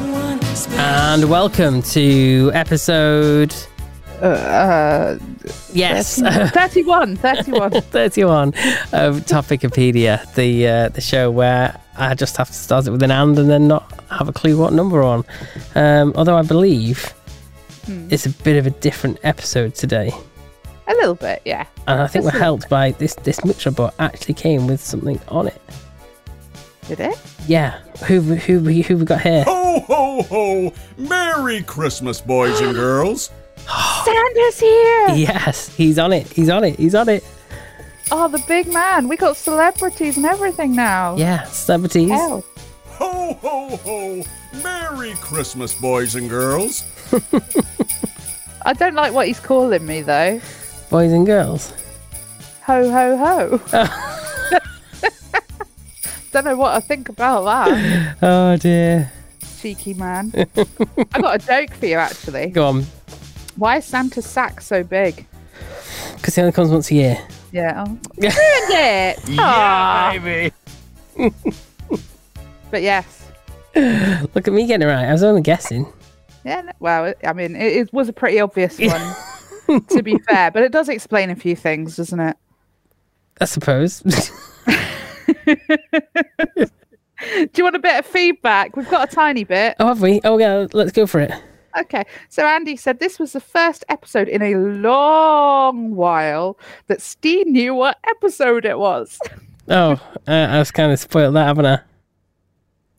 And welcome to episode. Uh, uh, Yes, 31, 31. 31 of Topicopedia, the uh, the show where I just have to start it with an and and then not have a clue what number we're on. Um, although I believe Hmm. it's a bit of a different episode today, a little bit, yeah. and I think Just we're a- helped by this this mixer bot actually came with something on it. Did it? Yeah, who who who we got here? Ho, ho, ho! Merry Christmas, boys and girls! Santa's here! Yes, he's on it. He's on it. He's on it. Oh, the big man. We got celebrities and everything now. Yeah, celebrities. Hell. Ho, ho, ho! Merry Christmas, boys and girls! I don't like what he's calling me, though. Boys and girls. Ho, ho, ho. don't know what I think about that, Oh dear. cheeky man. I got a joke for you, actually. Go on. Why is Santa's sack so big? Because he only comes once a year. Yeah. Oh. Ruined it! Aw. baby! But yes. Look at me getting it right. I was only guessing. Yeah, no- well, it- I mean, it, it was a pretty obvious one, to be fair, but it does explain a few things, doesn't it? I suppose. Do you want a bit of feedback? We've got a tiny bit. oh, have we? Oh, yeah. Let's go for it. Okay. So Andy said this was the first episode in a long while that Steve knew what episode it was. Oh, uh, I was kind of spoiled that, haven't I?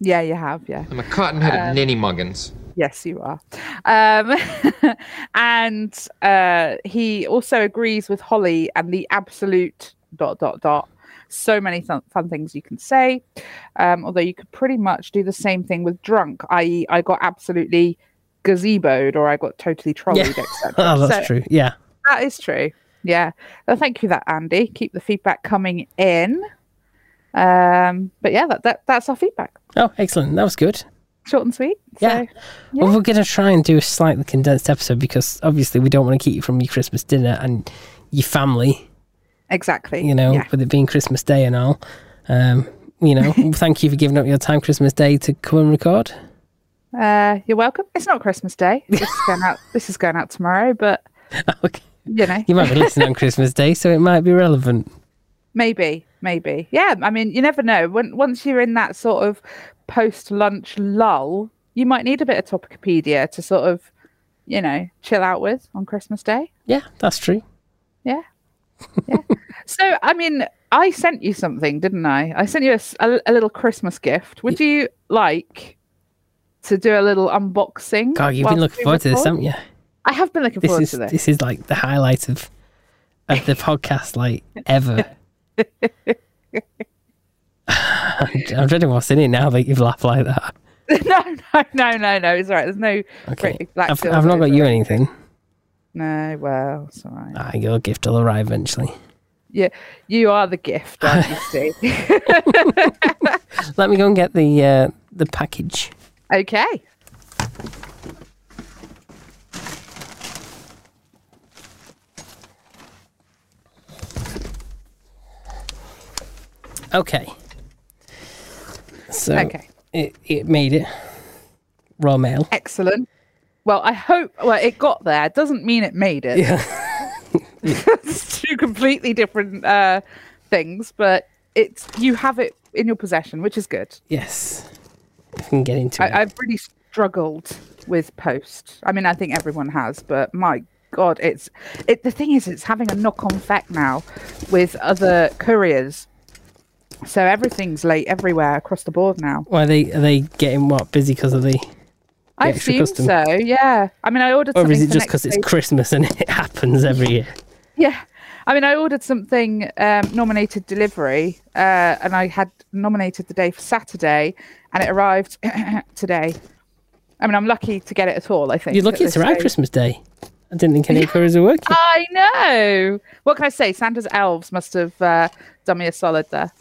Yeah, you have. Yeah. I'm a cotton-headed ninny muggins. Yes, you are. Um, and uh, he also agrees with Holly and the absolute dot dot dot. So many th- fun things you can say. Um, although you could pretty much do the same thing with drunk, i.e., I got absolutely gazeboed or I got totally trolleyed, etc. Oh, that's So true. Yeah. That is true. Yeah. Well, thank you, for that Andy. Keep the feedback coming in. Um, but yeah, that, that that's our feedback. Oh, excellent. That was good. Short and sweet. Yeah. So, Well, we're going to try and do a slightly condensed episode because obviously we don't want to keep you from your Christmas dinner and your family, exactly. you know, Yeah. with it being Christmas Day and all. Um, you know, thank you for giving up your time Christmas Day to come and record. Uh, you're welcome. It's not Christmas Day. This is going out. This is going out tomorrow, but Okay. you know, You might be listening on Christmas Day, so it might be relevant. maybe, maybe. Yeah, I mean, you never know. When once you're in that sort of post-lunch lull, you might need a bit of Topicopedia to sort of, you know, chill out with on Christmas Day. Yeah, that's true. Yeah, yeah. so, I mean, I sent you something, didn't I? I sent you a, s- a- a little Christmas gift. Would you like? To do a little unboxing. God, you've been whilst looking we forward to this, record? haven't you? I have been looking This forward is to this. this is like the highlight of of the podcast, like ever. I'm dreading what's in it now that you've laughed like that. no, no, no, no, no. It's all right. There's no Okay, great big black I've, silver, I've not got is you there? anything. No, well, it's all right. Ah, your gift will arrive eventually. Yeah, you are the gift, aren't you, Steve? Let me go and get the uh, the package. okay. Okay. So Okay. it it made it raw mail. Excellent. Well, I hope. Well, it got there. It Doesn't mean it made it. it's two completely different uh, things, but it's you have it in your possession, which is good. Yes, if I can get into it. I, I've really struggled with post. I mean, I think everyone has, but my god, it's it. The thing is, it's having a knock-on effect now with other couriers. So everything's late everywhere across the board now. Why are they are they getting what busy because of the I extra assume custom. so. Yeah. I mean, I ordered. or is something it just for next because it's week. Christmas and it happens every year? Yeah. I mean, I ordered something um, nominated delivery, uh, and I had nominated the day for Saturday, and it arrived today. I mean, I'm lucky to get it at all. I think You're at lucky it's this around stage. Christmas Day. I didn't think any couriers were working. I know. What can I say? Santa's elves must have uh, done me a solid there.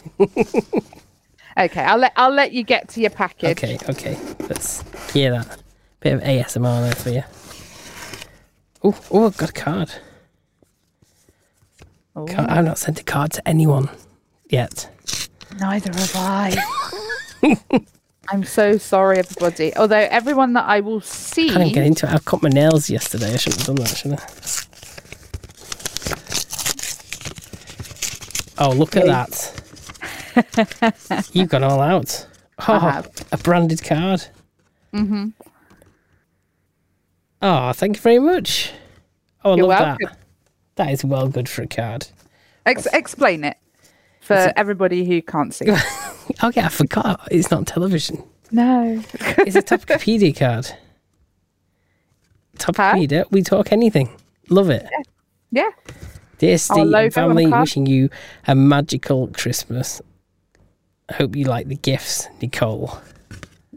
okay, I'll let I'll let you get to your package. Okay, okay. Let's hear that. Bit of ASMR there for you. Oh, oh, got a card. Oh, Ca- I've not sent a card to anyone yet. Neither have I. I'm so sorry, everybody. Although everyone that I will see, Can't even get into it. I cut my nails yesterday. I shouldn't have done that, should I? Oh, look at that. You've gone all out. Oh, have. a branded card. Mm-hmm. Oh, thank you very much. Oh, I You're love welcome. that. That is well good for a card. Ex- explain it for everybody who can't see. Okay, Oh, I forgot. It's not on television. no, It's a Topicopedia card. Topicopedia, we talk anything. Love it. yeah, Dear Our Steve logo and and family, card. wishing you a magical Christmas. I hope you like the gifts, Nicole.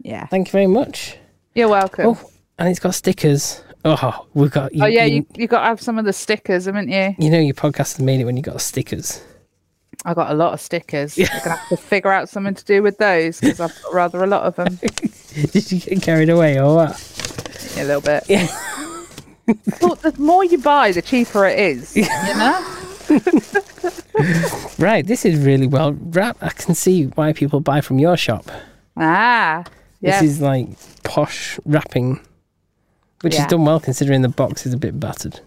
yeah. Thank you very much. You're welcome. Oh, Oh, and it's got stickers. Oh, we've got. You, yeah, you you, you got to have some of the stickers, haven't you? you know your podcast made it when you got stickers. I got a lot of stickers. Yeah. I'm gonna have to figure out something to do with those because I've got rather a lot of them. Did you get carried away or what? a little bit. Yeah. but the more you buy, the cheaper it is. You know? Right, this is really well wrapped. I can see why people buy from your shop. Ah, yeah. This is like posh wrapping, which Yeah. is done well considering the box is a bit battered.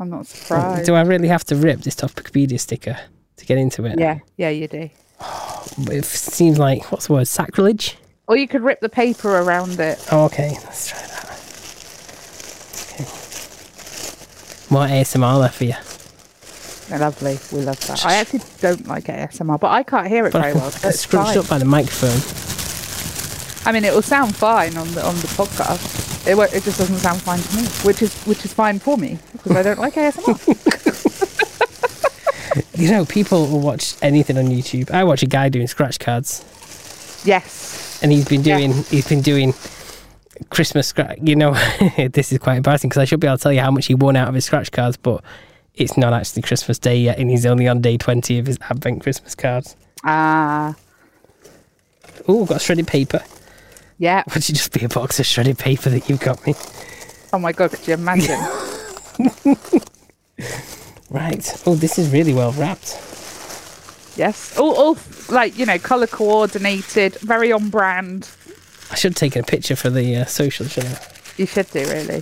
I'm not surprised. Do I really have to rip this Topicopedia sticker to get into it? yeah, yeah, you do. But It seems like, what's the word, sacrilege? Or you could rip the paper around it. Oh, okay, let's try that. Okay. More ASMR there for you. They're lovely. We love that. I actually don't like ASMR, but I can't hear it But I very well. got So it's scrunched fine. up by the microphone. I mean, it will sound fine on the on the podcast. It won't, it just doesn't sound fine to me, which is which is fine for me because I don't like ASMR. You know, people will watch anything on YouTube. I watch a guy doing scratch cards, yes. and he's been Yeah. doing he's been doing Christmas scratch. You know, this is quite embarrassing because I should be able to tell you how much he won out of his scratch cards, but it's not actually Christmas Day yet, and he's only on day twenty of his Advent Christmas cards. Ah. Oh, got shredded paper. yeah. Would you just be a box of shredded paper that you've got me? Oh my god, could you imagine? Right. Oh, this is really well wrapped. yes. All, all like you know, color coordinated, very on brand. I should take a picture for the uh, social, shouldn't I? You should do really.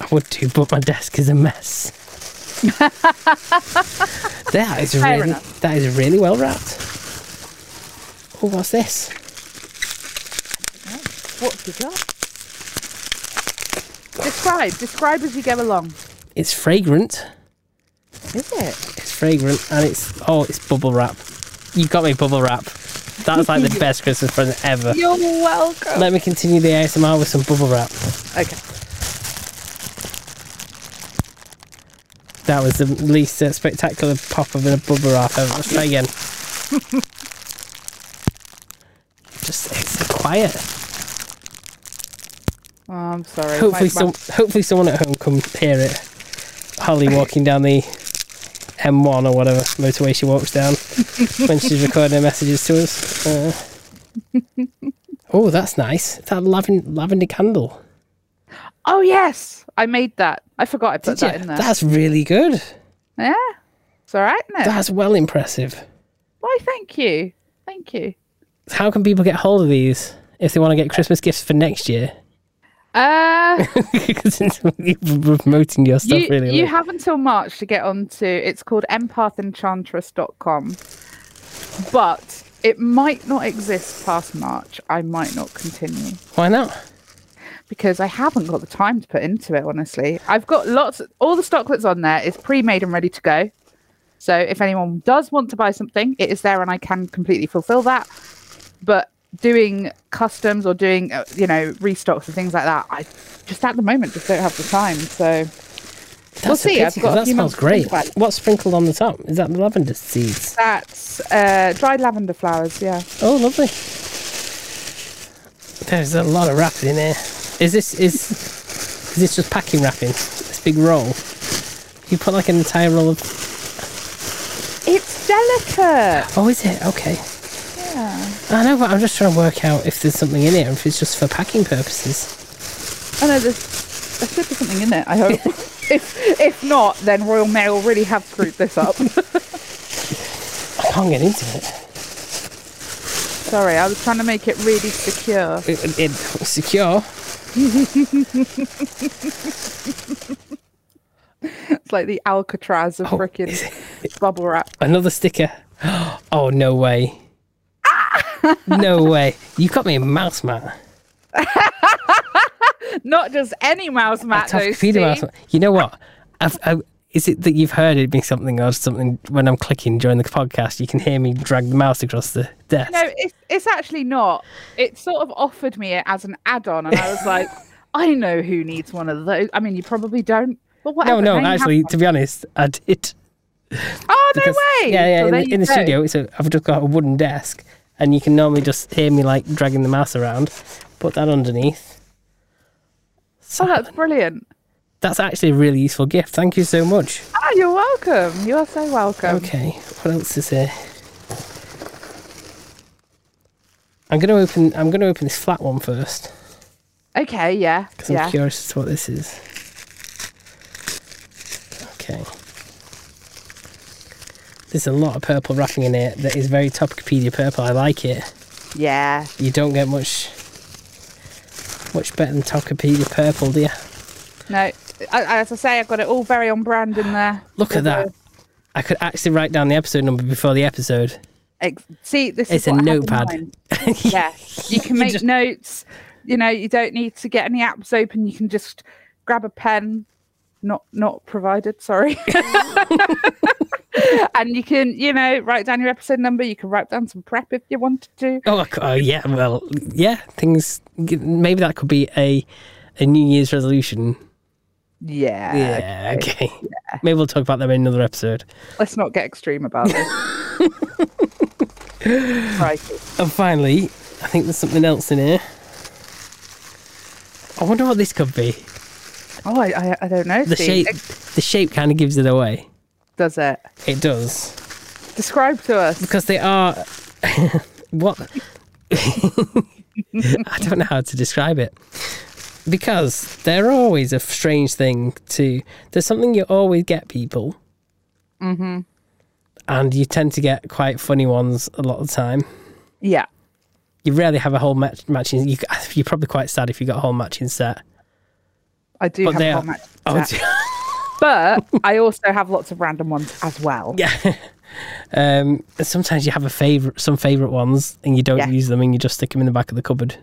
I would do, but my desk is a mess. that is Fair really enough. that is really well wrapped. Oh, what's this? What have you got? Describe. Describe as you go along. It's fragrant. Is it? It's fragrant, and it's oh, it's bubble wrap. You got me bubble wrap. That's like the best Christmas present ever. You're welcome. Let me continue the ASMR with some bubble wrap. Okay. That was the least uh, spectacular pop of a bubble wrap ever. Let's try again. Just it's quiet. Oh, I'm sorry. My- Hopefully, my- some, hopefully someone at home can hear it. Holly walking down the M1 or whatever motorway she walks down when she's recording her messages to us. Uh, oh, that's nice. That lavender, lavender candle. Oh yes, I made that. I forgot I put Did that you? in there. That's really good. Yeah, it's all right, isn't it? That's well impressive. Why? Thank you, thank you. How can people get hold of these if they want to get Christmas gifts for next year? Uh, Because it's- you're promoting your stuff you, really. you look. have until March to get onto. It's called empathenchantress.com, but it might not exist past March. I might not continue Why not? because I haven't got the time to put into it. Honestly, I've got lots. All the stock that's on there is pre-made and ready to go. So if anyone does want to buy something, it is there, and I can completely fulfill that. But doing customs or doing uh, you know restocks and things like that, I just at the moment just don't have the time. So we'll That's a see. I've pity, got 'cause a that few smells months to think great. about it. What's sprinkled on the top? Is that lavender seeds? That's uh, dried lavender flowers. Yeah. Oh, lovely. There's a lot of wrapping in here. Is this is is this just packing wrapping? This big roll. You put like an entire roll of. It's delicate. Oh, is it? Okay. Yeah. I know, but I'm just trying to work out if there's something in it or if it's just for packing purposes. I know there's there should be something in it. I hope. if if not, then Royal Mail really have screwed this up. I can't get into it. Sorry, I was trying to make it really secure. It, it, it's secure. It's like the Alcatraz of Oh, frickin' is bubble wrap. Another sticker. Oh no way. no way. You got me a mouse mat. Not just any mouse mat, Tough though. computer mouse Steve. mat. You know what? I've, I, is it that you've heard it me something or something when I'm clicking during the podcast? You can hear me drag the mouse across the desk. No, it's it's actually not. It sort of offered me it as an add-on, and I was like, I know who needs one of those. I mean, you probably don't. But No, whatever. no, now you have actually, one. to be honest, I did. Oh no Because- way! Yeah, yeah. Well, in there the, you in the go. studio, it's a, I've just got a wooden desk, and you can normally just hear me like dragging the mouse around. Put that underneath. Oh, that's brilliant. That's actually a really useful gift. Thank you so much. Ah, you're welcome. You are so welcome. Okay, what else is here? I'm gonna open. I'm gonna open this flat one first Okay, yeah, because yeah. I'm curious as to what this is. Okay. There's a lot of purple wrapping in it that is very Topicopedia purple. I like it. Yeah. you don't get much much better than Tokopedia purple, do you? No, I- I- as I say, I've got it all very on brand in there. Look at With the- that. I could actually write down the episode number before the episode. Ex- See, this It's is a what I have in notepad. mind. yeah, you can You make just- notes. You know, you don't need to get any apps open. You can just grab a pen, not not provided. Sorry. and you can, you know, write down your episode number. You can write down some prep if you wanted to. Oh, I c- oh, yeah, well, yeah, things maybe that could be a a New Year's resolution. Yeah. Yeah, okay. Maybe we'll talk about them in another episode. Let's not get extreme about it. right. And finally, I think there's something else in here. I wonder what this could be. Oh, I, I, I don't know. The Steve. shape the shape kind of gives it away. does it? It does. Describe to us. because they are what I don't know how to describe it because they're always a strange thing to there's something you always get people mm-hmm. and you tend to get quite funny ones a lot of the time Yeah. you rarely have a whole match matching you, you're probably quite sad if you got a whole matching set I do but have they a whole are match. oh, set. but I also have lots of random ones as well. Yeah. um, sometimes you have a favorite some favorite ones and you don't Yeah. use them and you just stick them in the back of the cupboard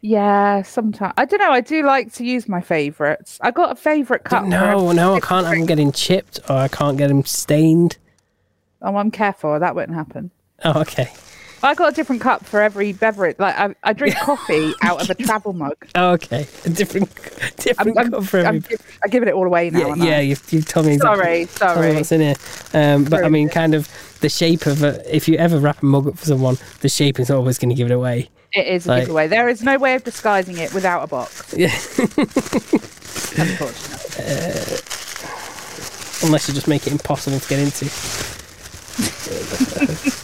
Yeah, sometimes I don't know. I do like to use my favourites. I got a favourite cup. for No, every no, I different can't have them drink. getting chipped or I can't get them stained. Oh, I'm careful. That wouldn't happen. Oh, okay. I got a different cup for every beverage. Like I, I drink coffee out of a travel mug. Oh, okay. A different, different I'm, I'm, cup for I'm, every. giv- I'm giving it all away now. yeah, aren't I? yeah you've, you've told me exactly Sorry, told me sorry. what's in here. Um, but I Sorry. mean, kind of the shape of a, if you ever wrap a mug up for someone, the shape is always going to give it away. It is a Like- giveaway. There is no way of disguising it without a box. Yeah. Unfortunately. Unless you just make it impossible to get into.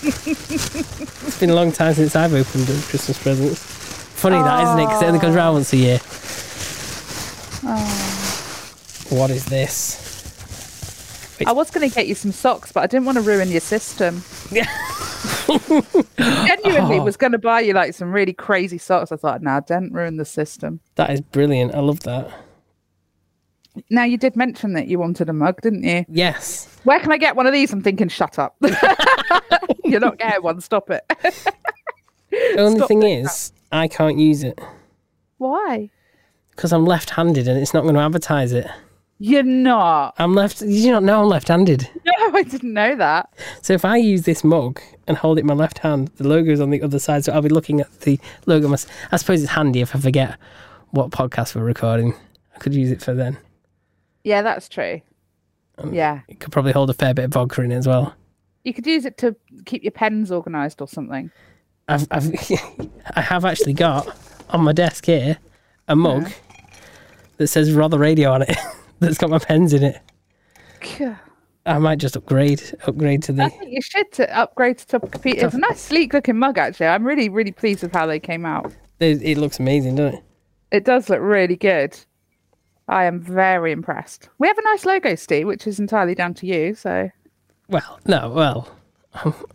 it's been a long time since I've opened a Christmas present. Funny that, isn't it? Because it only comes round once a year. What is this? I was going to get you some socks, but I didn't want to ruin your system. Yeah. Genuinely Oh. was going to buy you like some really crazy socks. I thought, nah, don't ruin the system. That is brilliant. I love that. Now you did mention that you wanted a mug, didn't you? Yes. Where can I get one of these? I'm thinking, shut up. You're not getting one. Stop it. The only Stop thing is, I can't use it Why? because I'm left handed and it's not going to advertise it. You're not. I'm left. Did you not know I'm left handed? No, I didn't know that. So if I use this mug and hold it in my left hand, the logo's on the other side, so I'll be looking at the logo. mys- I suppose it's handy if I forget what podcast we're recording. I could use it for then. Yeah, that's true. yeah. It could probably hold a fair bit of vodka in it as well. You could use it to keep your pens organized or something. I've, I've I have actually got on my desk here a mug that says Rother Radio on it. that's got my pens in it. Phew. I might just upgrade upgrade to I the. think you should to upgrade to Topicapita. It's a nice, sleek looking mug, actually. I'm really, really pleased with how they came out. It, it looks amazing, doesn't it? It does look really good. I am very impressed. We have a nice logo, Steve, which is entirely down to you. So Well, no, well,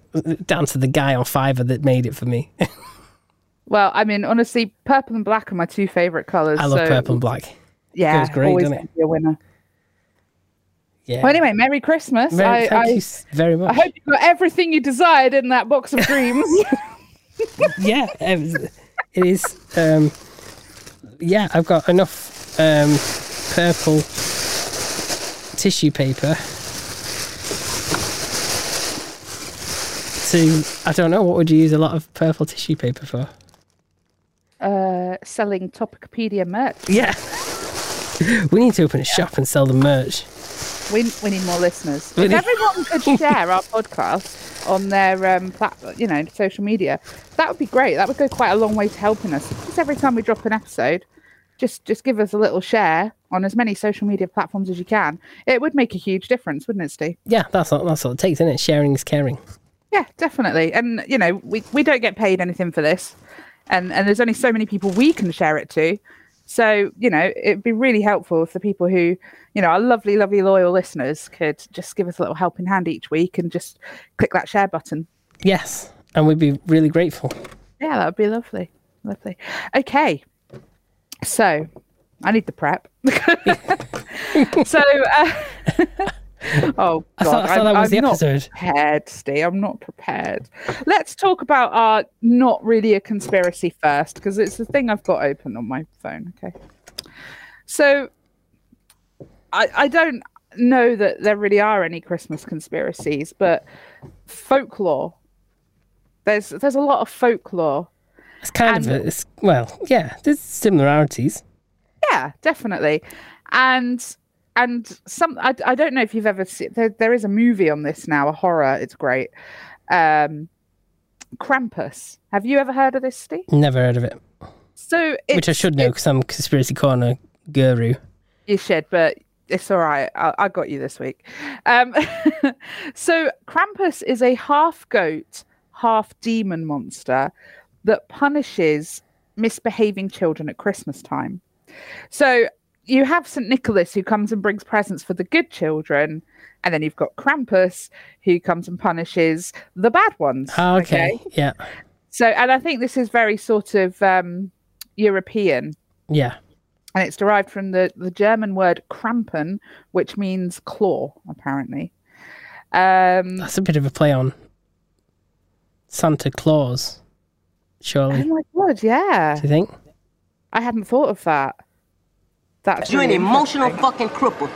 down to the guy on Fiverr that made it for me. Well, I mean, honestly, purple and black are my two favorite colors. I love so, purple and black. Yeah, Feels great, always doesn't it? gonna be a winner. Yeah. Well, anyway, Merry Christmas. Very- I, thank I, you s- very I much. hope you got everything you desired in that box of dreams. yeah, it was- it is. Um, yeah, I've got enough um, purple tissue paper to. I don't know. What would you use a lot of purple tissue paper for? uh, selling Topicopedia merch. Yeah. we need to open a shop and sell the merch. We, we need more listeners. We if need- everyone could share our podcast on their um, plat- you know, social media, that would be great. That would go quite a long way to helping us. Just every time we drop an episode, just just give us a little share on as many social media platforms as you can. It would make a huge difference, wouldn't it, Steve? Yeah, that's what, that's what it takes, isn't it? Sharing is caring. Yeah, definitely. And you know, we, we don't get paid anything for this, and and there's only so many people we can share it to. So you know, it'd be really helpful if the people who, you know, our lovely, lovely loyal listeners could just give us a little helping hand each week and just click that share button. Yes, and we'd be really grateful. Yeah, that would be lovely, lovely. Okay, so I need the prep. so, uh, oh, God, I thought, I thought I'm- that was I'm the not- episode. prepared, Steve. I'm not prepared. Let's talk about our not really a conspiracy first, because it's the thing I've got open on my phone. Okay. So I I don't know that there really are any Christmas conspiracies, but folklore. There's there's a lot of folklore It's kind of And- a, it's, well, yeah. There's similarities. yeah definitely and and some i, I don't know if you've ever seen there, there is a movie on this now a horror it's great um krampus have you ever heard of this steve Never heard of it. so it's, which I should know because I'm conspiracy corner guru. you should but it's all right i, I got you this week um so krampus is a half goat half demon monster that punishes misbehaving children at Christmas time. So you have St. Nicholas who comes and brings presents for the good children, and then you've got Krampus who comes and punishes the bad ones. Ah, okay. Yeah. So, and I think this is very sort of um, European, Yeah. and it's derived from the, the German word Krampen, which means claw, apparently. Um, That's a bit of a play on Santa Claus, oh surely. Do my god, yeah. you think? I hadn't thought of that. That's You're an really interesting. emotional fucking cripple.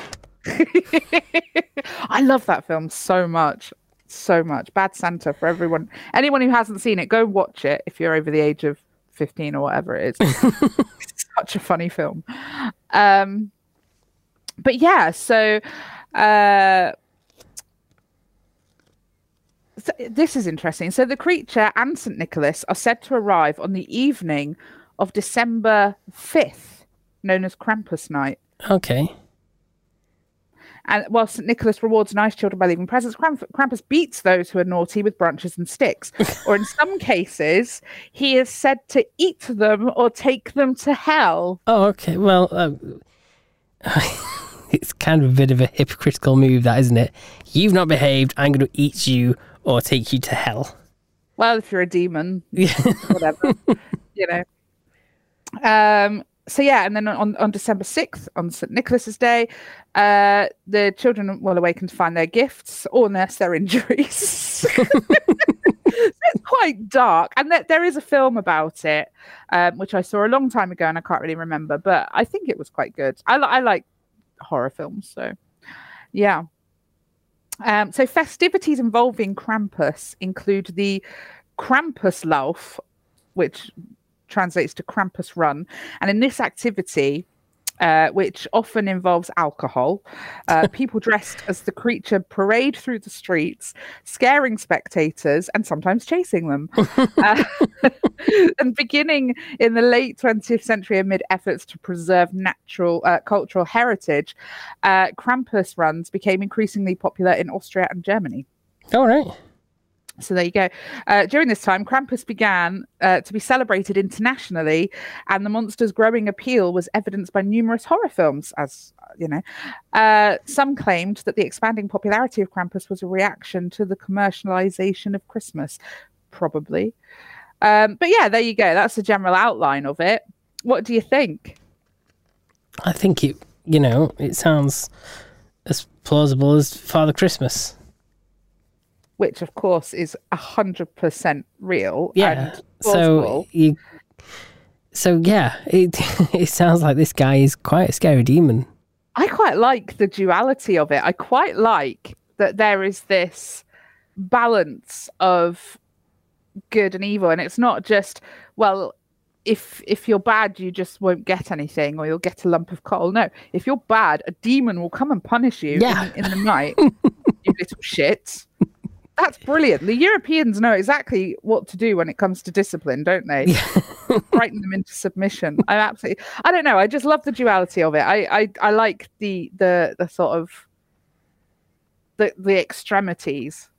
I love that film so much. So much. Bad Santa for everyone. Anyone who hasn't seen it, go watch it if you're over the age of 15 or whatever it is. It's Such a funny film. Um, but yeah, so, uh, so this is interesting. So the creature and St. Nicholas are said to arrive on the evening of December 5th, known as Krampus Night. Okay. And while St. Nicholas rewards nice children by leaving presents, Kramp- Krampus beats those who are naughty with branches and sticks. or in some cases, he is said to eat them or take them to hell. Oh, okay. Well, uh, it's kind of a bit of a hypocritical move, that isn't it? You've not behaved. I'm going to eat you or take you to hell. Well, if you're a demon, Yeah. whatever, you know. Um, so yeah, and then on, on December sixth, on St Nicholas's Day, uh, the children will awaken to find their gifts or nurse their injuries. so it's quite dark, and there, there is a film about it, um, which I saw a long time ago, and I can't really remember, but I think it was quite good. I, li- I like horror films, so yeah. Um, so festivities involving Krampus include the Krampuslauf, which translates to Krampus Run. And in this activity, uh, which often involves alcohol. Uh, people dressed as the creature parade through the streets, scaring spectators and sometimes chasing them. Uh, and beginning in the late 20th century, amid efforts to preserve natural uh, cultural heritage, uh, Krampus runs became increasingly popular in Austria and Germany. All right. So there you go. Uh, during this time, Krampus began uh, to be celebrated internationally, and the monster's growing appeal was evidenced by numerous horror films. As uh, you know, uh, some claimed that the expanding popularity of Krampus was a reaction to the commercialization of Christmas, probably. Um, but yeah, there you go. That's the general outline of it. What do you think? I think it, you know, it sounds as plausible as Father Christmas. Which, of course, is hundred percent real. Yeah. and So plausible. you. So yeah, it it sounds like this guy is quite a scary demon. I quite like the duality of it. I quite like that there is this balance of good and evil, and it's not just well, if if you're bad, you just won't get anything, or you'll get a lump of coal. No, if you're bad, a demon will come and punish you in Yeah. the- in, the night. you little shit. That's brilliant. The Europeans know exactly what to do when it comes to discipline, don't they? frighten them into submission. I absolutely, I don't know. I just love the duality of it. I, I, I like the the the sort of the the extremities.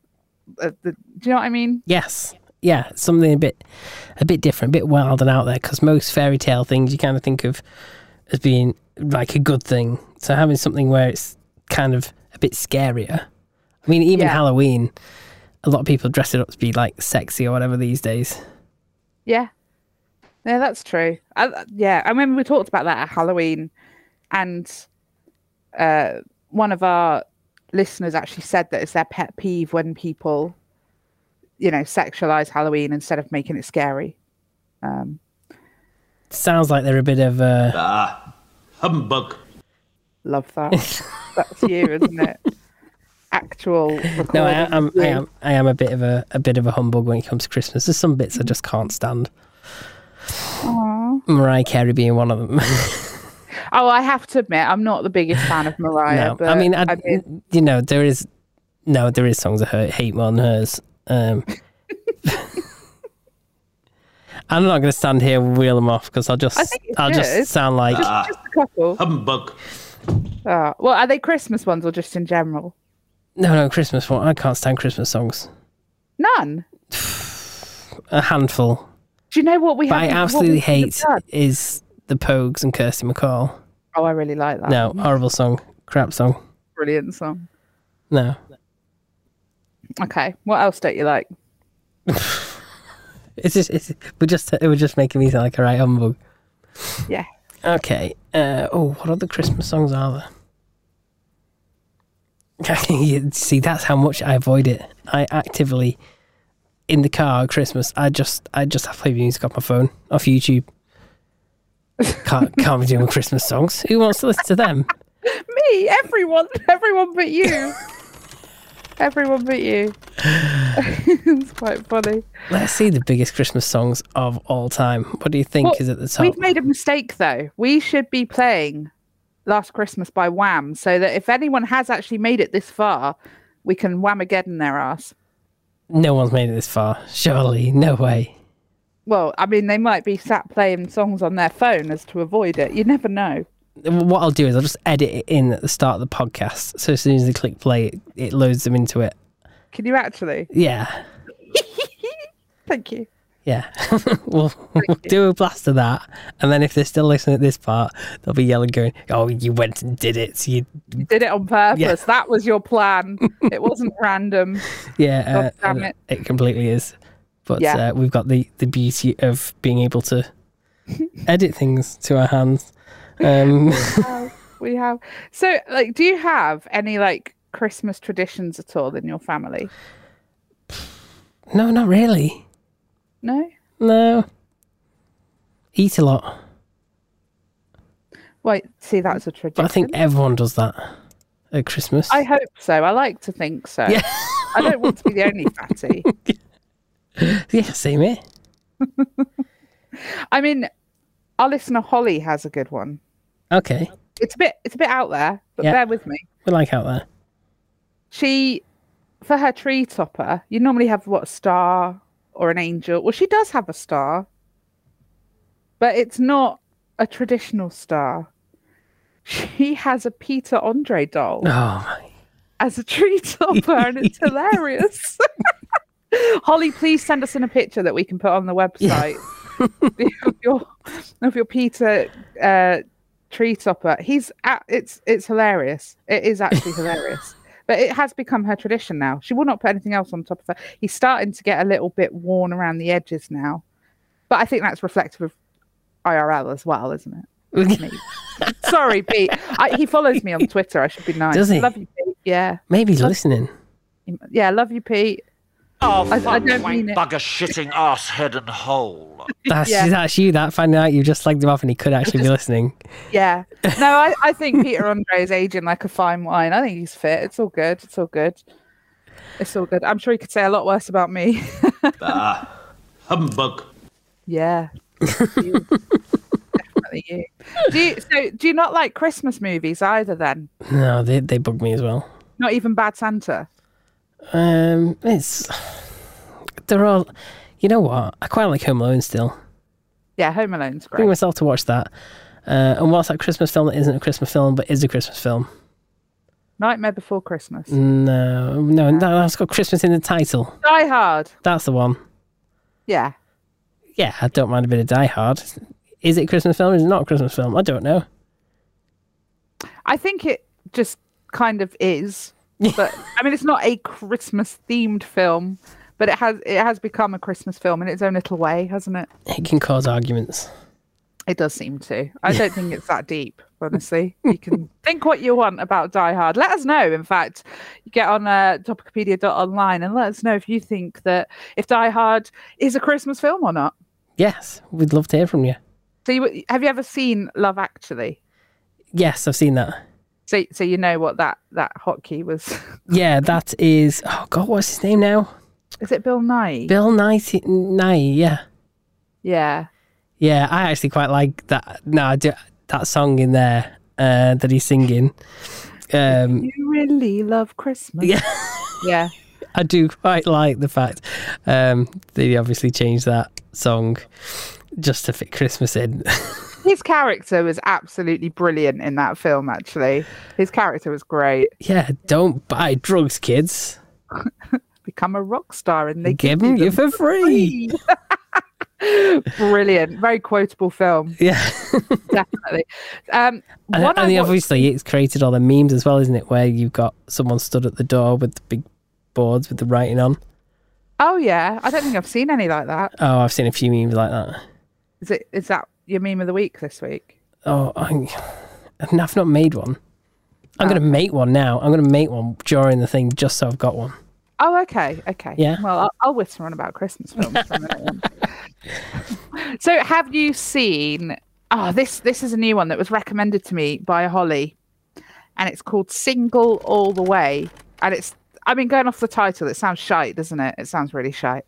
Uh, the, do you know what I mean? Yes. Yeah, something a bit, a bit different, a bit wild and out there. Because most fairy tale things you kind of think of as being like a good thing. So having something where it's kind of a bit scarier. I mean, even Yeah. Halloween, a lot of people dress it up to be like sexy or whatever these days. Yeah, yeah, that's true. I, yeah, I remember we talked about that at Halloween, and uh, one of our listeners actually said that it's their pet peeve when people, you know, sexualize Halloween instead of making it scary. Sounds like they're a bit of a Humbug. Love that. That's you, isn't it? Actual. no. I, recording. am. I am. I am a bit of a, a bit of a humbug when it comes to Christmas. There's some bits I just can't stand. Mariah Carey being one of them. Oh, I have to admit, I'm not the biggest fan of Mariah. no, but I mean, I, you know, there is no, there is songs I hurt, hate more than hers. Um, I'm not going to stand here and wheel them off because I'll just, think you I'll should. just sound like just a couple. Humbug. Ah, well, are they Christmas ones or just in general? no, no Christmas one. I can't stand Christmas songs. None. A handful. Do you know what we But have? I what we absolutely should have hate done? is the Pogues and Kirsty McCall. Oh, I really like that. No, horrible song, crap song. brilliant song. No, Okay, what else don't you like? it's just, it's, we're just, it was just making me sound like a right humbug. Yeah. Okay. Uh, oh, what other Christmas songs are there? You See, that's how much I avoid it. I actively, in the car at Christmas, I just, I just have to play music off my phone, off YouTube. Can't, can't be doing Christmas songs. Who wants to listen to them? Me, everyone, everyone but you. everyone but you. it's quite funny. Let's see the biggest Christmas songs of all time. What do you think Well, is at the top? We've made a mistake though. We should be playing Last Christmas by Wham, so that if anyone has actually made it this far, we can wham again their ass. No one's made it this far. Surely, no way. Well, I mean, they might be sat playing songs on their phone as to avoid it. You never know. what I'll do is I'll just edit it in at the start of the podcast. So as soon as they click play, it, it loads them into it. Can you actually? Yeah, Thank you. yeah. we'll, we'll do a blast of that, and then if they're still listening at this part, they'll be yelling, going, "Oh, you went and did it!" So you, You did it on purpose. That was your plan. it wasn't random. yeah, God Oh, damn and it. it completely is. But Yeah. uh, we've got the the beauty of being able to edit things to our hands. Um, We have. So, like, do you have any like Christmas traditions at all in your family? no, not really. No. No. Eat a lot, Wait, see, that's a tradition. but I think everyone does that at Christmas. I hope so. I like to think so. Yeah. I don't want to be the only fatty. Yeah, same here. I mean, our listener Holly has a good one. Okay. It's a bit it's a bit out there, but Yeah. bear with me. We like out there. She for her tree topper, you normally have what a star or an angel. Well, she does have a star, but it's not a traditional star. She has a Peter Andre doll. Oh, my. as a tree topper, and it's hilarious. Holly, please send us in a picture that we can put on the website of your of your Peter uh, tree topper. He's a it's it's hilarious. It is actually hilarious. But it has become her tradition now. She will not put anything else on top of her. He's starting to get a little bit worn around the edges now, but I think that's reflective of IRL as well, isn't it? Sorry, Pete. I, he follows me on Twitter. I should be nice. Does he? Love you, Pete. Yeah. Maybe he's listening. Yeah, love you, Pete. Oh, I- I fuck, don't wank mean it. bugger shitting ass head and hole. That's Yeah. that's you. That finding out you've just slagged him off, and he could actually be listening. Yeah. No, I, I think Peter Andre is aging like a fine wine. I think he's fit. It's all good. It's all good. It's all good. I'm sure he could say a lot worse about me. Ah, Humbug. yeah. You. Definitely you. Do you. So, do you not like Christmas movies either? Then, No, they they bug me as well. not even Bad Santa. Um, it's they're all. You know what? I quite like Home Alone still. Yeah, Home Alone's Bring great. myself to watch that. Uh, and what's that Christmas film that isn't a Christmas film but is a Christmas film? Nightmare Before Christmas. Mm. No, no, no that's got Christmas in the title. Die Hard. That's the one. Yeah. Yeah, I don't mind a bit of Die Hard. Is it a Christmas film? or Is it not a Christmas film? I don't know. I think it just kind of is. But I mean it's not a Christmas themed film, but it has it has become a Christmas film in its own little way, hasn't it? It can cause arguments. It does seem to. I don't think it's that deep, honestly. You can think what you want about Die Hard. Let us know, in fact. You get on uh, topicopedia.online and let us know if you think that if Die Hard is a Christmas film or not. Yes, we'd love to hear from you. So you, have you ever seen Love Actually? Yes, I've seen that. So so you know what that that hotkey was. Yeah, that is. Oh God, what's his name now? Is it Bill Nye? Bill Nye. Nye. Yeah, yeah. yeah. I actually quite like that. No, I do, that song in there uh, that he's singing. Um, You really love Christmas. Yeah. Yeah. I do quite like the fact um, they obviously changed that song just to fit Christmas in. His character was absolutely brilliant in that film, actually. His character was great. yeah, don't buy drugs, kids. Become a rock star and they Give give them you for free. Brilliant. Very quotable film, Yeah, definitely. Um, and, one I and the- watched- obviously it's created all the memes as well, isn't it? Where you've got someone stood at the door with the big boards with the writing on. Oh, yeah. I don't think I've seen any like that. Oh, I've seen a few memes like that. Is it? Is that your meme of the week this week? Oh, I, I've not made one. I'm Oh. going to make one now. I'm going to make one during the thing just so I've got one. Oh, okay, okay. Yeah. Well, I'll, I'll whisper on about Christmas films for a minute. then. so, have you seen? Oh, this this is a new one that was recommended to me by Holly, and it's called "Single All the Way," and it's. I mean, going off the title, it sounds shite, doesn't it? It sounds really shite.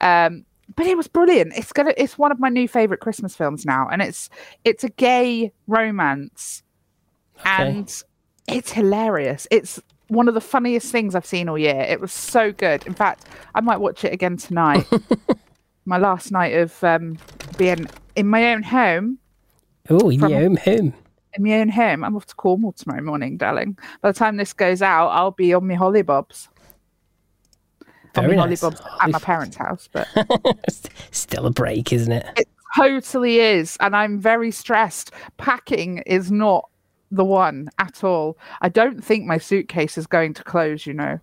Um, but it was brilliant. It's gonna. It's one of my new favorite Christmas films now, and it's it's a gay romance, and it's hilarious. It's one of the funniest things I've seen all year. It was so good. In fact, I might watch it again tonight. my last night of um, being in my own home. Oh, yeah, From- home, home. In my own home. I'm off to Cornwall tomorrow morning, darling. By the time this goes out, I'll be on my hollybobs. On Very my nice. hollybobs at my parents' house, but Still a break, isn't it? it totally is. And I'm very stressed. Packing is not the one at all. I don't think my suitcase is going to close, you know.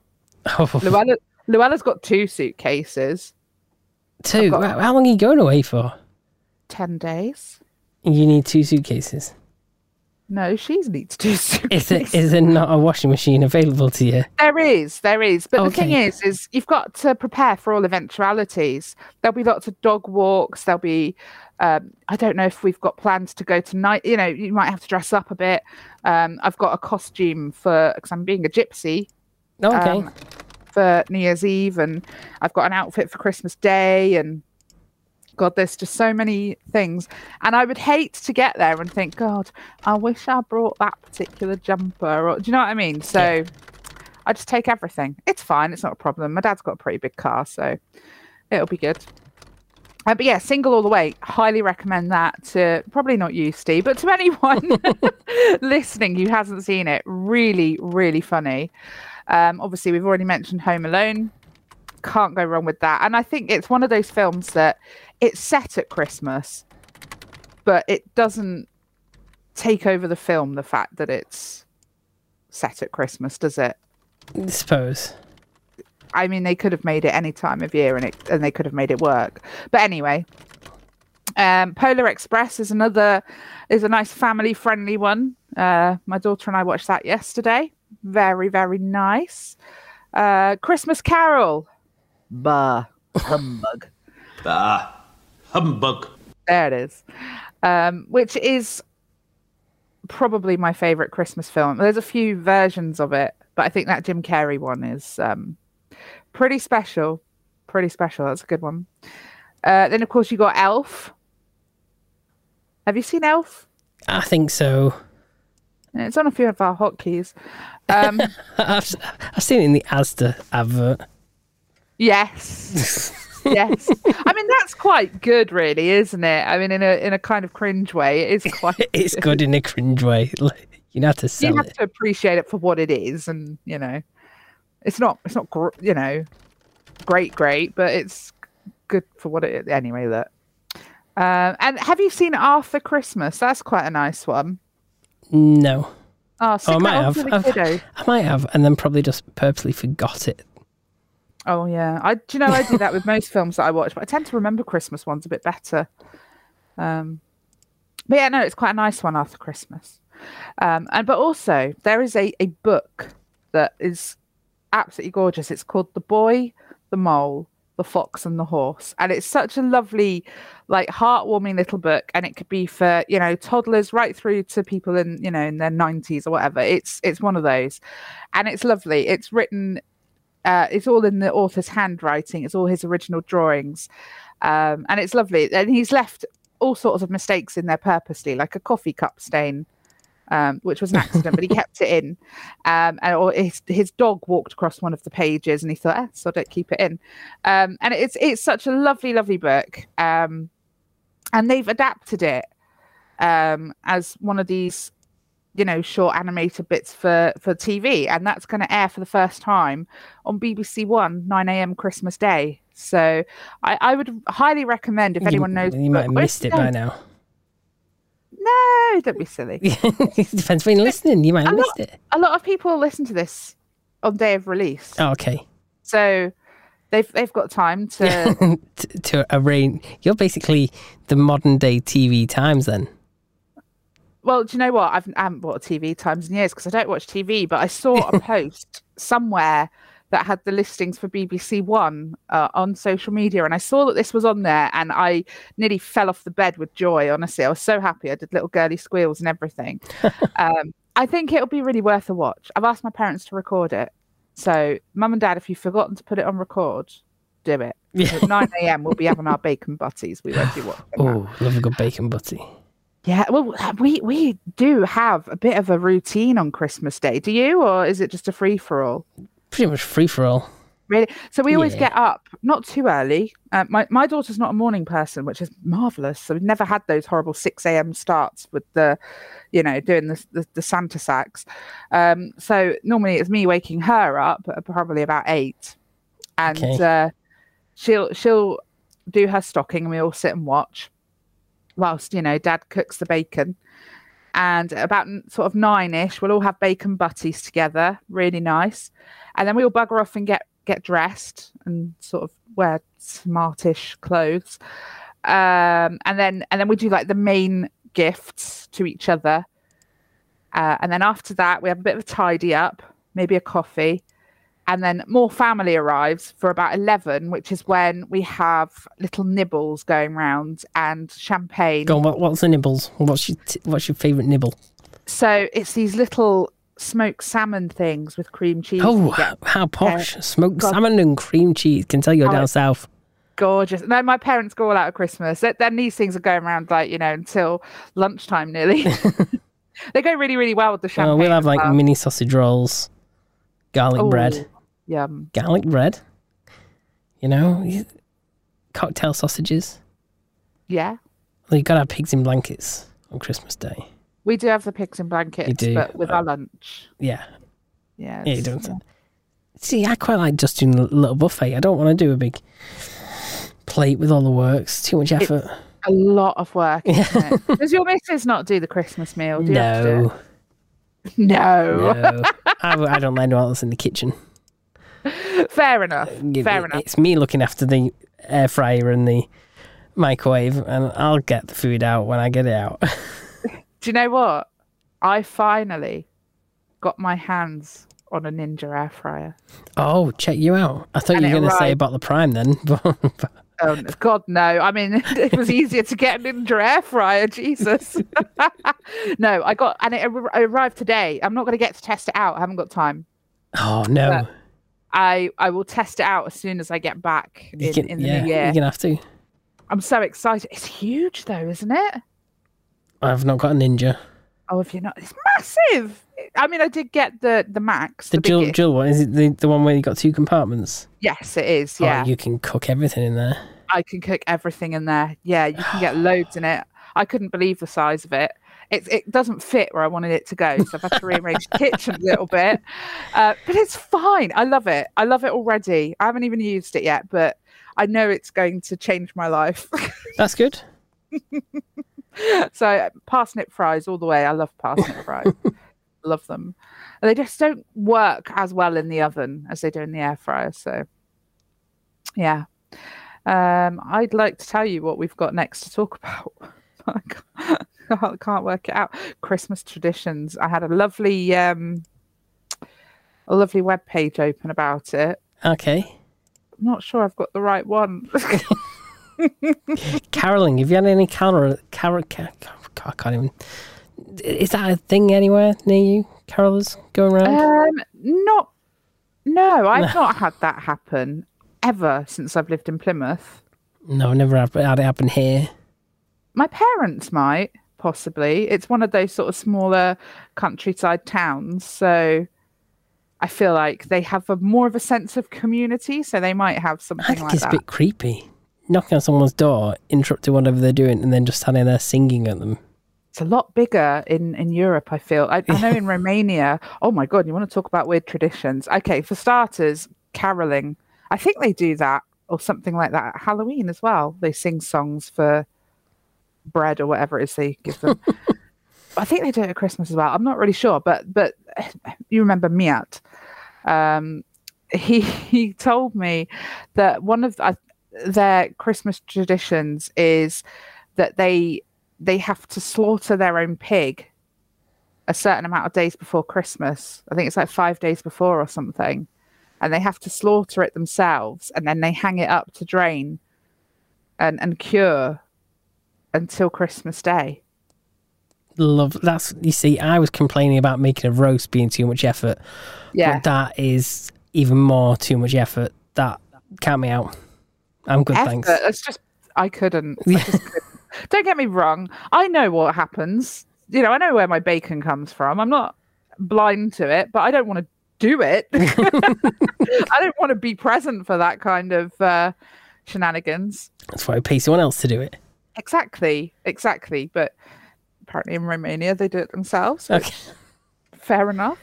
Oh, Luella Luella's got two suitcases. two. Wow, How long are you going away for? Ten days. You need two suitcases. No, she needs two Is suitcases. there, is there not a washing machine available to you? There is, there is. But the thing Okay. is, is you've got to prepare for all eventualities. There'll be lots of dog walks. There'll be, um, I don't know if we've got plans to go tonight. You know, you might have to dress up a bit. Um, I've got a costume for because I'm being a gypsy Okay. Um, for New Year's Eve, and I've got an outfit for Christmas Day, and God, there's just so many things. And I would hate to get there and think, God, I wish I brought that particular jumper. Or, do you know what I mean? So I just take everything. It's fine. It's not a problem. My dad's got a pretty big car, so it'll be good. Uh, but yeah, single all the way. Highly recommend that to probably not you, Steve, but to anyone listening who hasn't seen it. Really, really funny. Um, obviously, we've already mentioned Home Alone can't go wrong with that. And I think it's one of those films that it's set at Christmas, but it doesn't take over the film the fact that it's set at Christmas, does it? I suppose. I mean, they could have made it any time of year, and it and they could have made it work. But anyway, um, Polar Express is another is a nice family friendly one. Uh, my daughter and I watched that yesterday. Very very nice. Uh, Christmas Carol. Bah humbug. Bah. Humbug. There it is. Um, which is probably my favorite Christmas film. There's a few versions of it, but I think that Jim Carrey one is um, pretty special. Pretty special. That's a good one. Uh, then, of course, you got Elf. Have you seen Elf? I think so. It's on a few of our hotkeys. Um, I've, I've seen it in the Asda advert. Yes. yes. I mean that's quite good really, isn't it? I mean in a in a kind of cringe way, it is quite It's good in a cringe way. Like, you know how to you sell have it. to appreciate it for what it is and, you know, it's not it's not gr- you know great great, but it's good for what it anyway, look. Um, and have you seen Arthur Christmas? That's quite a nice one. No. Oh, Oh, I stick might that on have. for the I've- kiddo. I might have, and then probably just purposely forgot it. Oh yeah, I do you know I do that with most films that I watch, but I tend to remember Christmas ones a bit better. Um, but yeah, no, it's quite a nice one after Christmas. Um, and but also there is a a book that is absolutely gorgeous. It's called The Boy, the Mole, the Fox, and the Horse, and it's such a lovely, like heartwarming little book. And it could be for you know toddlers right through to people in you know in their nineties or whatever. It's it's one of those, and it's lovely. It's written uh, it's all in the author's handwriting. It's all his original drawings, um, and it's lovely. And he's left all sorts of mistakes in there purposely, like a coffee cup stain, um, which was an accident, but he kept it in. Um, and or his, his dog walked across one of the pages, and he thought, eh, so I don't keep it in. Um, and it's it's such a lovely, lovely book, um, and they've adapted it um, as one of these you know short animated bits for for tv and that's going to air for the first time on bbc one 9am christmas day so i i would highly recommend if You- anyone knows you, the might book- have Well, missed it don't- by now. no don't be silly it depends when you're listening. You might have I'm missed not- it. a lot of people listen to this on day of release Oh, okay. so they've they've got time to to, to arrange, you're basically the modern day TV Times. Then Well, do you know what? I've, I haven't bought a TV times in years because I don't watch TV, but I saw a post somewhere that had the listings for BBC One uh, on social media, and I saw that this was on there, and I nearly fell off the bed with joy. Honestly, I was so happy. I did little girly squeals and everything. um, I think it'll be really worth a watch. I've asked my parents to record it, so mum and dad, if you've forgotten to put it on record, do it. Yeah. At nine a.m. we'll be having our bacon butties. We won't be watching. that. oh, love a good bacon butty. Yeah, well, uh, we we do have a bit of a routine on Christmas Day. Do you, or is it just a free for all? Pretty much free for all. Really? So we always Yeah. get up not too early. Uh, my my daughter's not a morning person, which is marvelous. So we've never had those horrible six a.m. starts with the, you know, doing the the, the Santa sacks. Um, so normally it's me waking her up at probably about eight, and Okay. uh, she'll she'll do her stocking, and we all sit and watch, whilst you know Dad cooks the bacon. And at about n- sort of nine ish, we'll all have bacon butties together, really nice and then we all bugger off and get get dressed and sort of wear smartish clothes um and then and then we do like the main gifts to each other uh, and then after that we have a bit of a tidy up maybe a coffee and then more family arrives for about 11 which is when we have little nibbles going round and champagne Go on. What, what's the nibbles? What's your t- What's your favourite nibble? so it's these little smoked salmon things with cream cheese Oh, you get. how posh! Smoked Uh, God. salmon and cream cheese. Can tell you're Oh, down it- south. gorgeous. No, my parents go all out at Christmas. Th- Then these things are going around like you know until lunchtime nearly. they go really really well with the champagne. Oh, we'll have as like well. mini sausage rolls, garlic bread, Ooh, Yum. garlic bread. You know, you- cocktail sausages. Yeah, Well, you gotta have pigs in blankets on Christmas Day. we do have the pigs in blankets, do. but with our lunch. Yeah, Yeah. yeah, you it's- don't. See, I quite like just doing a little buffet. I don't want to do a big plate with all the works. Too much effort. a lot of work. Isn't it? Does your missus not do the Christmas meal? Do you have to do no, it? no. no, I, I don't like anyone else in the kitchen. Fair enough. It- Uh, Fair it- enough. It's me looking after the air fryer and the microwave, and I'll get the food out when I get it out. Do you know what? I finally got my hands on a Ninja air fryer. Oh, check you out. I thought And you were it going to say arrived- about the prime then. but- but- Oh no- God, no! I mean, it was easier to get an Ninja air fryer. Jesus. no, I got, and it ar- arrived today. I'm not going to get to test it out. I haven't got time. oh, no. I I will test it out as soon as I get back in, you can, in the yeah, new year. you're going to have to. I'm so excited. It's huge though, isn't it? I've not got a ninja. Oh, if you're not, it's massive. I mean, I did get the the max. The The, dual, biggest. dual one, is it the, the one where you got two compartments? yes, it is. Oh, Yeah, you can cook everything in there. I can cook everything in there. Yeah, you can get loads in it. I couldn't believe the size of it. It it doesn't fit where I wanted it to go, so I've had to rearrange the kitchen a little bit. Uh, but it's fine. I love it. I love it already. I haven't even used it yet, but I know it's going to change my life. That's good. so parsnip fries all the way. I love parsnip fries. love them. And they just don't work as well in the oven as they do in the air fryer. So yeah. Um, I'd like to tell you what we've got next to talk about. I can't- I can't work it out. Christmas traditions. I had a lovely um a lovely web page open about it. Okay. I'm not sure I've got the right one. Caroling, have you had any carol? Carol, car, I can't even. Is that a thing anywhere near you? Carolers going around? Um, not. No, I've not had that happen ever since I've lived in Plymouth. no, I've never had had it happen here. My parents might possibly. It's one of those sort of smaller countryside towns, so I feel like they have a more of a sense of community, so they might have I something think like it's that. a bit creepy. Knocking on someone's door, interrupting whatever they're doing, and then just standing there singing at them. It's a lot bigger in in Europe. I feel. I, I know in Romania. Oh my god! You want to talk about weird traditions? Okay, for starters, caroling. I think they do that or something like that at Halloween as well. They sing songs for bread or whatever it is they give them. I think they do it at Christmas as well. I'm not really sure, but but you remember Miat. Um, he he told me that one of I their Christmas traditions is that they they have to slaughter their own pig a certain amount of days before Christmas. I think it's like five days before or something. And they have to slaughter it themselves and then they hang it up to drain and, and cure until Christmas Day. Love that's you see, I was complaining about making a roast being too much effort, Yeah. but that is even more too much effort. That count me out. I'm Oh, good, thanks. effort. It's just I couldn't. I just couldn't. Don't get me wrong. I know what happens. You know, I know where my bacon comes from. I'm not blind to it, but I don't want to do it. I don't want to be present for that kind of uh, shenanigans. That's why we pay someone else to do it. Exactly, exactly. But apparently in Romania they do it themselves. which- Okay. Fair enough.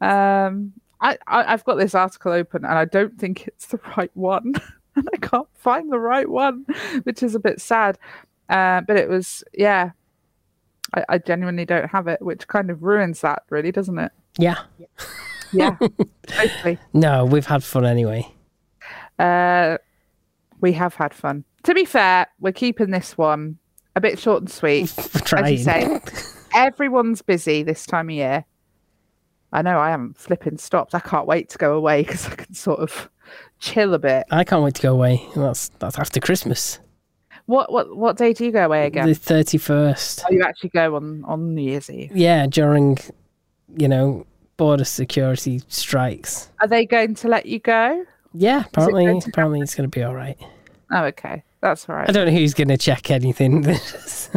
Um, I, I I've got this article open and I don't think it's the right one, and I can't find the right one, which is a bit sad. Uh, but it was yeah. I, I genuinely don't have it, which kind of ruins that, really, doesn't it? Yeah. Yeah, totally. No, we've had fun anyway. Uh, we have had fun. To be fair, we're keeping this one a bit short and sweet. We're As you trying. say, everyone's busy this time of year. I know I haven't flipping stopped. I can't wait to go away because I can sort of chill a bit. I can't wait to go away. That's that's after Christmas. What what what day do you go away again? The thirty first. Oh, you actually go on on New Year's Eve. Yeah, during you know, border security strikes. Are they going to let you go? Yeah, apparently going to apparently it's gonna be alright. Oh, okay. That's all right. I don't know who's going to check anything. just,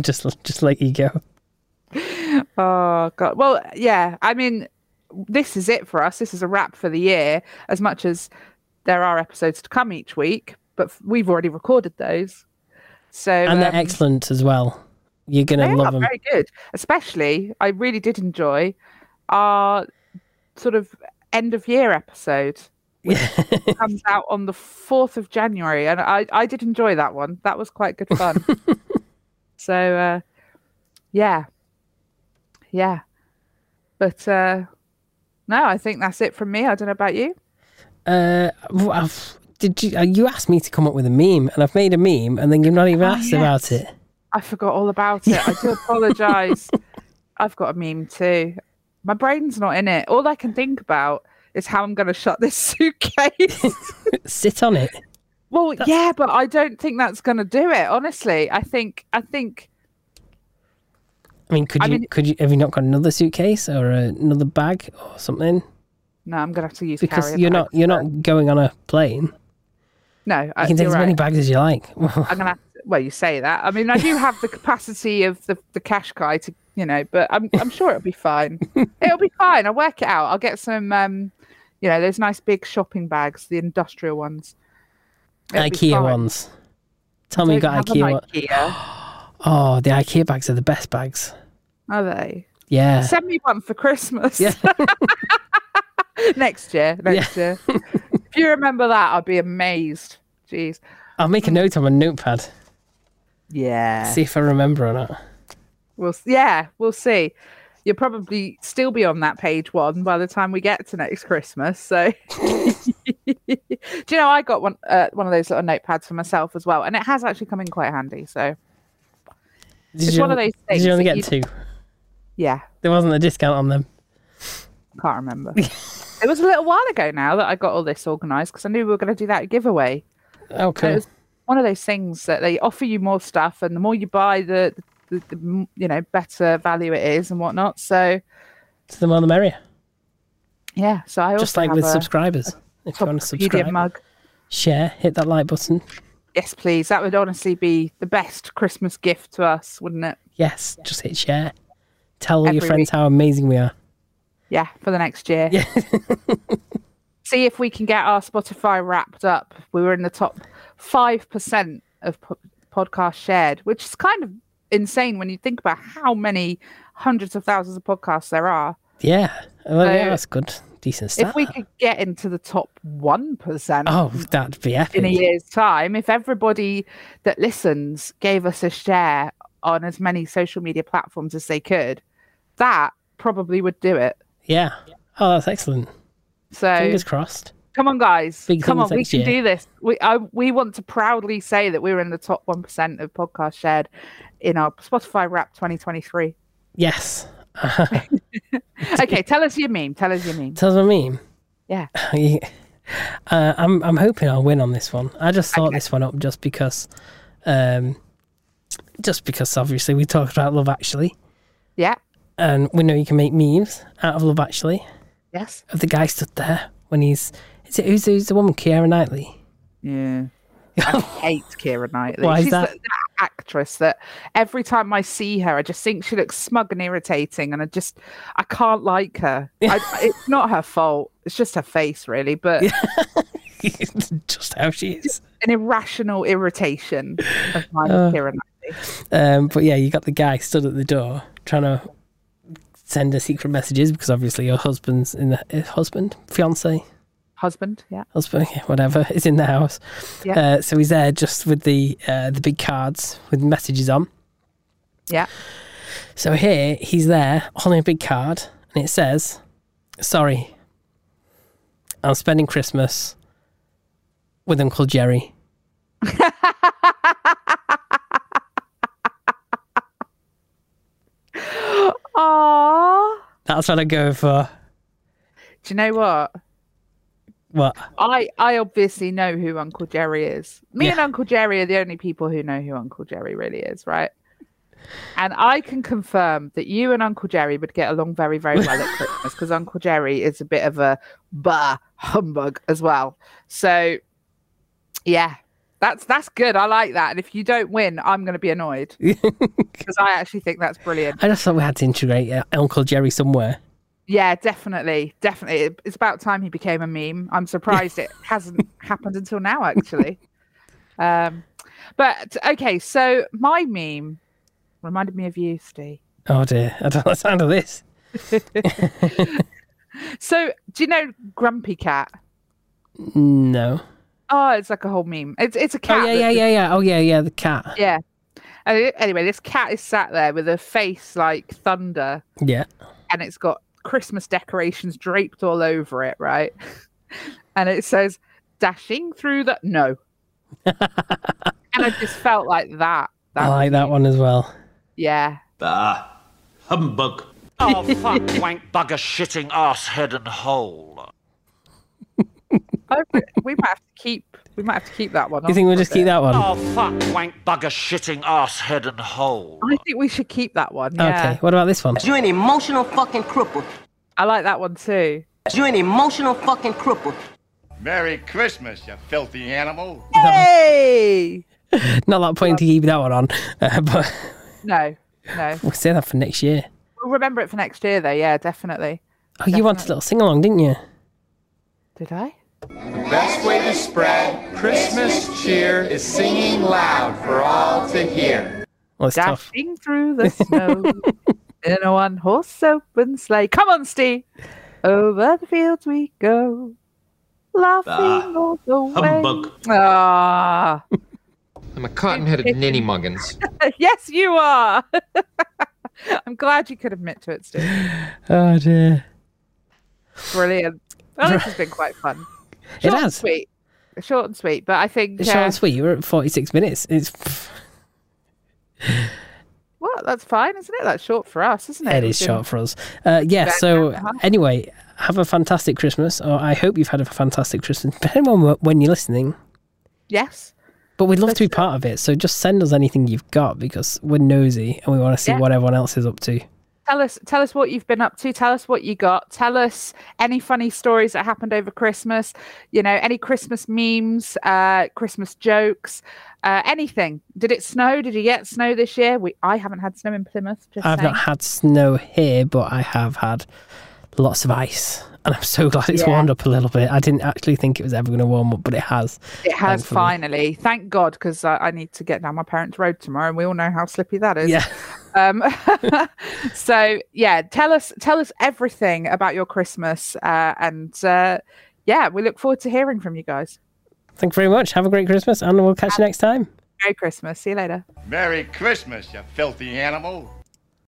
just let you go. Oh god. Well, yeah. I mean, this is it for us. This is a wrap for the year. As much as there are episodes to come each week, but f- we've already recorded those. So And they're um, excellent as well. You're They going to are love them. very good. Especially, I really did enjoy our sort of end of year episode. Which comes out on the 4th of January, and I, I did enjoy that one. That was quite good fun. so, uh, yeah, yeah. But uh, no, I think that's it from me. I don't know about you. Uh, well, I've- did you, uh, you asked me to come up with a meme, and I've made a meme, and then you've not even Oh, asked about it. I forgot all about it. I do apologize. I've got a meme too. My brain's not in it. All I can think about is how I'm going to shut this suitcase. Sit on it. well, yeah, but I don't think that's going to do it. Honestly, I think I think I mean, could I you mean- could you have you not got another suitcase or another bag or something? no, I'm going to have to use Because carrier you're bags, not you're but- not going on a plane. No, I, You can take Uh, you're as right. many bags as you like. I'm gonna. Have to, well, you say that. I mean, I do have the capacity of the the cash guy to, you know, but I'm I'm sure it'll be fine. it'll be fine. I'll work it out. I'll get some, um, you know, those nice big shopping bags, the industrial ones. It'll be IKEA fine. ones. Tell me you Don't got have an IKEA. one. IKEA, Oh, the IKEA bags are the best bags. Are they? Yeah. Send me one for Christmas. Yeah. next year. Next year. if you remember that, I'd be amazed. Jeez. I'll make a note on my notepad. Mm. Yeah. See if I remember or not. We'll s- yeah, we'll see. You'll probably still be on that page one by the time we get to next Christmas. So, do you know I got one uh, one of those little notepads for myself as well, and it has actually come in quite handy. So, Did It's you, one of those Did things you only that get two? yeah, There wasn't a discount on them. can't remember. it was a little while ago now that I got all this organised because I knew we were going to do that giveaway. Oh, So it cool. was one of those things that they offer you more stuff, and the more you buy, the, the, the, the m- you know better value it is and whatnot. So, So the more the merrier. yeah. So I Just also like have with a subscribers. If you want to Tokopedia subscribe, mug. share, hit that like button. Yes, please. That would honestly be the best Christmas gift to us, wouldn't it? Yes, just hit share. Tell all your Every friends week. how amazing we are. Yeah, for the next year. See if we can get our Spotify wrapped up. We were in the top 5% of po- podcasts shared, which is kind of insane when you think about how many hundreds of thousands of podcasts there are. Yeah. Well, yeah, So- that's good. Decent stuff. If we could get into the top 1% Oh, that'd be epic. in a year's time, if everybody that listens gave us a share on as many social media platforms as they could, that probably would do it. Yeah. Oh, that's excellent. So Fingers crossed. come on, guys, Big come on, things we next can year. do this. We I, we want to proudly say that we were in the top one percent of podcasts shared in our Spotify Wrap 2023. Yes. Okay, tell us your meme. Tell us your meme. Tell them a meme. Yeah, uh, I'm I'm hoping I'll win on this one. I just thought this one up just because, um, just because obviously we talked about Love Actually, yeah, and we know you can make memes out of Love Actually yes, of the guy stood there when he's is it who's who's the woman Kiara Knightley? yeah. I hate Kira Knightley. Why is She's that? The, that actress that every time I see her, I just think she looks smug and irritating, and I just I can't like her. I, it's not her fault. It's just her face, really. But just how she is. an irrational irritation of mine Uh. with Keira Knightley. Um, but yeah, you got the guy stood at the door trying to send her secret messages because obviously your husband's in the eh, husband fiance Husband, yeah. husband, yeah, whatever, is in the house. Yeah. Uh, so he's there just with the uh, the big cards with messages on. Yeah. So here he's there holding a big card, and it says, "Sorry, I'm spending Christmas with Uncle Jerry." Aww. That's what I go for. Do you know what? What? I, I obviously know who Uncle Jerry is. Me and Yeah. Uncle Jerry are the only people who know who Uncle Jerry really is, right? And I can confirm that you and Uncle Jerry would get along very, very well at Christmas because Uncle Jerry is a bit of a bah humbug as well. So, yeah, that's that's good. I like that. And if you don't win, I'm going to be annoyed because I actually think that's brilliant. I just thought we had to integrate uh, Uncle Jerry somewhere. Yeah, definitely, definitely. It- It's about time he became a meme. I'm surprised it hasn't happened until now, actually. Um, but okay, so my meme reminded me of you, Steve. Oh dear, I don't like the sound of this. So, do you know Grumpy Cat? No. Oh, it's like a whole meme. It's it's a cat. Oh yeah, that's yeah, yeah, yeah. Oh yeah, yeah. The cat. Yeah. Uh, Anyway, this cat is sat there with a face like thunder, Yeah. and it's got Christmas decorations draped all over it, right? And it says "dashing through the no," and I just felt like that. I that like that one as well. yeah. Bah, humbug. Oh, fuck, wank bugger shitting ass head and hole. Oh, we- we might have to keep. We might have to keep that one. You think we'll just keep that one? Oh, fuck, wank bugger shitting ass head and hole. I think we should keep that one. Yeah. Okay. What about this one? You an emotional fucking cripple. I like that one too. You an emotional fucking cripple. Merry Christmas, you filthy animal. Hey! Not that point to keep that one on, uh, but No, no. we'll say that for next year. We'll remember it for next year, though. Yeah, definitely. Oh, you wanted a little sing along, didn't you? Did I? Best way to spread Christmas cheer is singing loud for all to hear. Well, Oh, it's tough. Dashing through the snow in a one horse open sleigh. Come on, Steve. Over the fields we go, laughing all the way. Humbug. Ah, I'm a cotton headed ninny muggins. yes, you are. I'm glad you could admit to it, Steve. Oh dear. Brilliant. Well, this has been quite fun. It Short and has. sweet. Short and sweet, but I think. It's uh, short and sweet. We're at 46 minutes. It's Well, that's fine, isn't it? That's short for us, isn't it it? is short for us. Uh, yeah. So anyway, have a fantastic Christmas, or I hope you've had a fantastic Christmas. Depending on wh- when you're listening, Yes. but we'd love to be part of it. So just send us anything you've got because we're nosy and we want to see Yeah. what everyone else is up to. tell us tell us what you've been up to tell us what you got tell us any funny stories that happened over christmas you know any christmas memes uh christmas jokes uh anything did it snow did you get snow this year we i haven't had snow in plymouth just I've saying. not had snow here, but I have had lots of ice, and I'm so glad it's Yeah. warmed up a little bit. I didn't actually think it was ever going to warm up, but it has. it has thankfully. finally thank god because I, I need to get down my parents road tomorrow and we all know how slippy that is Yeah, um so yeah tell us tell us everything about your christmas uh and uh yeah we look forward to hearing from you guys thank you very much. Have a great Christmas, and we'll catch you next time. merry christmas see you later Merry Christmas, you filthy animal.